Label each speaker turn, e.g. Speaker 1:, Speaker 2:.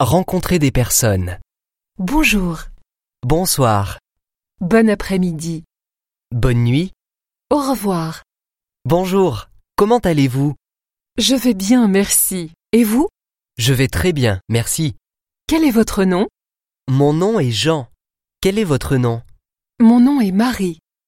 Speaker 1: Rencontrer des personnes.
Speaker 2: Bonjour,
Speaker 1: Bonsoir.
Speaker 2: bon après-midi,
Speaker 1: Bonne nuit.
Speaker 2: au revoir.
Speaker 1: Bonjour. Comment allez-vous
Speaker 2: Je vais bien, merci. Et vous
Speaker 1: Je vais très bien, merci.
Speaker 2: Quel est votre nom
Speaker 1: Mon nom est Jean. Quel est votre nom
Speaker 2: Mon nom est Marie.